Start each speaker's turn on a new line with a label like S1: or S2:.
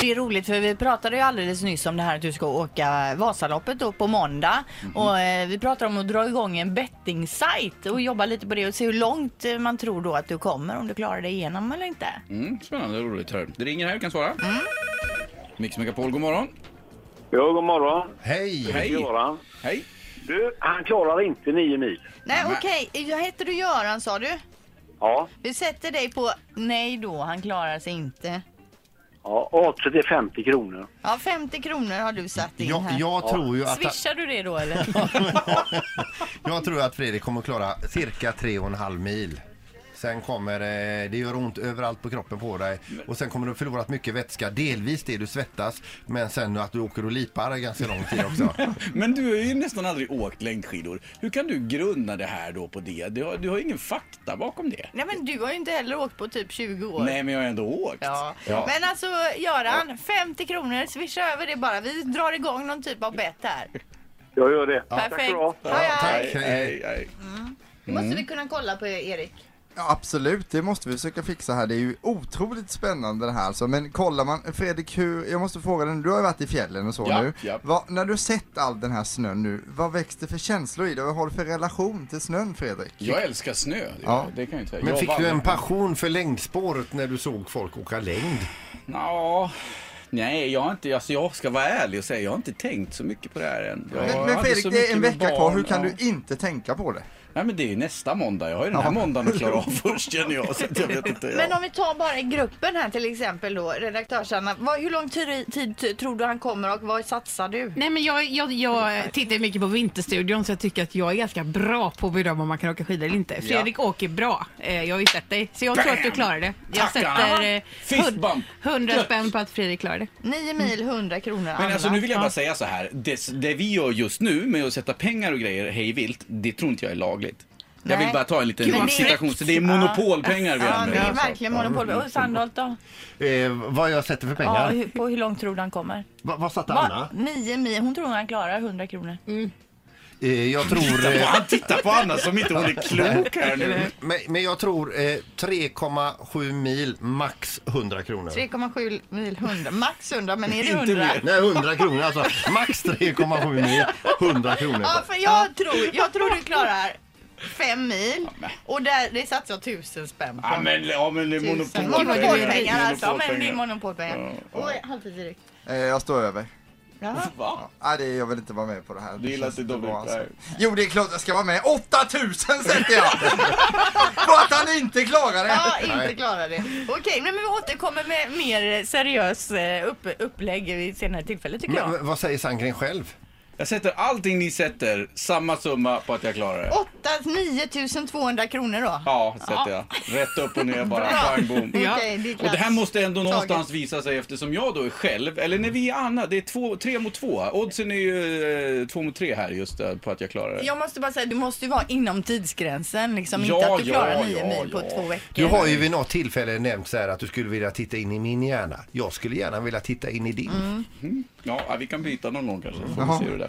S1: det är roligt för vi pratade ju alldeles nyss om det här att du ska åka Vasaloppet då på måndag. Och eh, vi pratade om att dra igång en bettingsajt och jobba lite på det och se hur långt eh, man tror då att du kommer, om du klarar dig igenom eller inte.
S2: Mm, spännande och roligt. Här. Det ringer här, kan svara.
S3: Mm.
S2: Mix Megapol, god morgon.
S4: Ja, god morgon.
S5: Hej!
S2: Hej!
S4: Göran.
S2: Hej!
S4: Du, han klarar inte nio mil.
S1: Nej
S2: Nämen.
S1: okej, jag heter du Göran sa du?
S4: Ja,
S1: Vi sätter dig på nej då, han klarar sig inte.
S4: ja oddset är 50 kronor.
S1: Ja, 50 kronor har du satt in
S5: Jag,
S1: här.
S5: jag, tror ju att,
S1: Swishar du det då eller?
S5: jag tror att Fredrik kommer att klara cirka tre och en halv mil. Sen kommer eh, det gör ont överallt på kroppen på dig och sen kommer du ha förlorat mycket vätska. Delvis det du svettas men sen att du åker och lipar ganska lång tid också.
S2: Men du har ju nästan aldrig åkt längdskidor. Hur kan du grunna det här då på det? Du har, du har ingen fakta bakom det.
S1: Nej men du har ju inte heller åkt på typ 20 år.
S2: Nej, men jag har ändå åkt.
S1: Ja.
S2: Ja.
S1: Men alltså Göran, 50 kronor, swisha över det bara. Vi drar igång någon typ av bett här.
S4: Jag gör det. Tack
S1: Perfekt.
S4: för att
S1: Hej, hej.
S5: tack.
S2: Nej, nej, nej.
S1: Det måste
S2: Mm.
S1: vi kunna kolla på Erik.
S3: Ja, absolut, det måste vi försöka fixa här. Det är ju otroligt spännande det här alltså. Men kollar man, Fredrik, hur, jag måste fråga dig, du har ju varit i fjällen och så
S2: Ja,
S3: nu.
S2: ja.
S3: Vad- när du har sett all den här snön nu, vad väcks det för känslor i dig? Vad har du för relation till snön, Fredrik?
S2: Jag älskar snö. Det,
S3: Ja.
S2: det kan jag inte säga.
S5: Men
S2: jag
S5: fick
S2: vann.
S5: du en passion för längdspåret när du såg folk åka längd?
S2: Ja, nej, jag har inte, alltså jag ska vara ärlig och säga, jag har inte tänkt så mycket på det här än. Jag
S3: men,
S2: hade
S3: men Fredrik,
S2: så
S3: det är en
S2: mycket med barn,
S3: vecka kvar, hur kan
S2: ja.
S3: du inte tänka på det?
S2: Nej, men det är ju nästa måndag. Jag har ju den här måndagen att klara av först, känner jag. Så att jag vet inte.
S1: Men
S2: ja.
S1: om vi tar bara i gruppen här till exempel då, redaktörs-Anna. vad- Hur lång tid, tid t- tror du han kommer och vad satsar du?
S6: Nej, men jag, jag, jag tittar mycket på Vinterstudion så jag tycker att jag är ganska bra på att bedöma om man kan åka skidor eller inte. Fredrik åker bra. Eh, Jag har ju sett dig. Så jag tror att du klarar det. Jag
S2: Tackar.
S6: sätter eh,
S2: Fist
S6: hund-
S2: bump.
S6: 100
S2: Klart.
S6: spänn på att Fredrik klarar det.
S1: 9 mil, 100 kronor.
S2: Men
S1: Anna.
S2: alltså nu vill jag bara säga så här. Det, det vi gör just nu med att sätta pengar och grejer hej vilt, det tror inte jag är lagligt. Jag
S1: Nej.
S2: vill bara ta en liten
S1: Men det är-
S2: citation. Så det är monopolpengar vi
S1: Ja, det
S2: använder.
S1: är verkligen monopol. Och Sandholt då?
S5: Eh, vad jag sätter för
S1: Ja,
S5: pengar?
S1: hur, på hur långt tror du han kommer?
S5: Va, vad satte
S1: Va?
S5: Anna?
S1: 9 mil, hon tror han klarar 100 kronor.
S2: Mm.
S5: Eh, jag tror...
S2: Ja,
S5: Eh,
S2: Han tittar på Anna som inte hon är klok här nu.
S5: men, men jag tror eh, 3,7 mil max 100 kronor.
S1: 3,7 mil, 100, max 100 men är det
S2: Inte
S1: 100?
S2: mer.
S5: Nej, 100 kronor alltså. Max 3,7 mil, 100 kronor.
S1: Ja, för jag tror, jag tror du klarar fem mil och där, det satsar jag tusen spänn på.
S2: Ja men, ja, men det är
S1: Tusen.
S2: monopolpengar.
S1: Monopolpengar alltså, men det är monopolpengar.
S2: Ja,
S1: Och halvtids Erik.
S3: Eh, jag står över.
S1: Ja.
S2: Va?
S3: Nej, det, jag vill inte vara med på det här.
S2: Du gillar
S3: känns
S2: inte dubbel-
S3: bra, alltså.
S2: nej.
S3: Jo, det är klart jag ska vara med. 8000 sätter jag! på att han inte klarar det!
S1: Ja, inte klarar det. Okej, men vi återkommer med mer seriös eh, upp, upplägg vid senare tillfälle tycker jag.
S5: Men vad säger Sandgren själv?
S2: Jag sätter allting ni sätter, samma summa på att jag klarar det.
S1: 8 9 200 kronor då.
S2: Ja, sätter jag. Rätt upp och ner bara.
S1: Bra.
S2: Pang, boom.
S1: Okej,
S6: Ja.
S1: det är
S2: Och det här
S1: klass.
S2: måste ändå någonstans visa sig eftersom jag då är själv, eller när vi är Anna, det är två, tre mot två. här. Oddsen är ju eh, två mot tre här just eh, på att jag klarar det.
S1: Jag måste bara säga, du måste ju vara inom tidsgränsen liksom.
S2: Ja,
S1: inte att du
S2: ja,
S1: klarar 9
S2: ja,
S1: mil på
S2: ja.
S1: två veckor.
S5: Du har ju vid något tillfälle nämnt så här att du skulle vilja titta in i min hjärna. Jag skulle gärna vilja titta in i din.
S2: Ja, vi kan byta någon gång kanske. Får vi se hur det där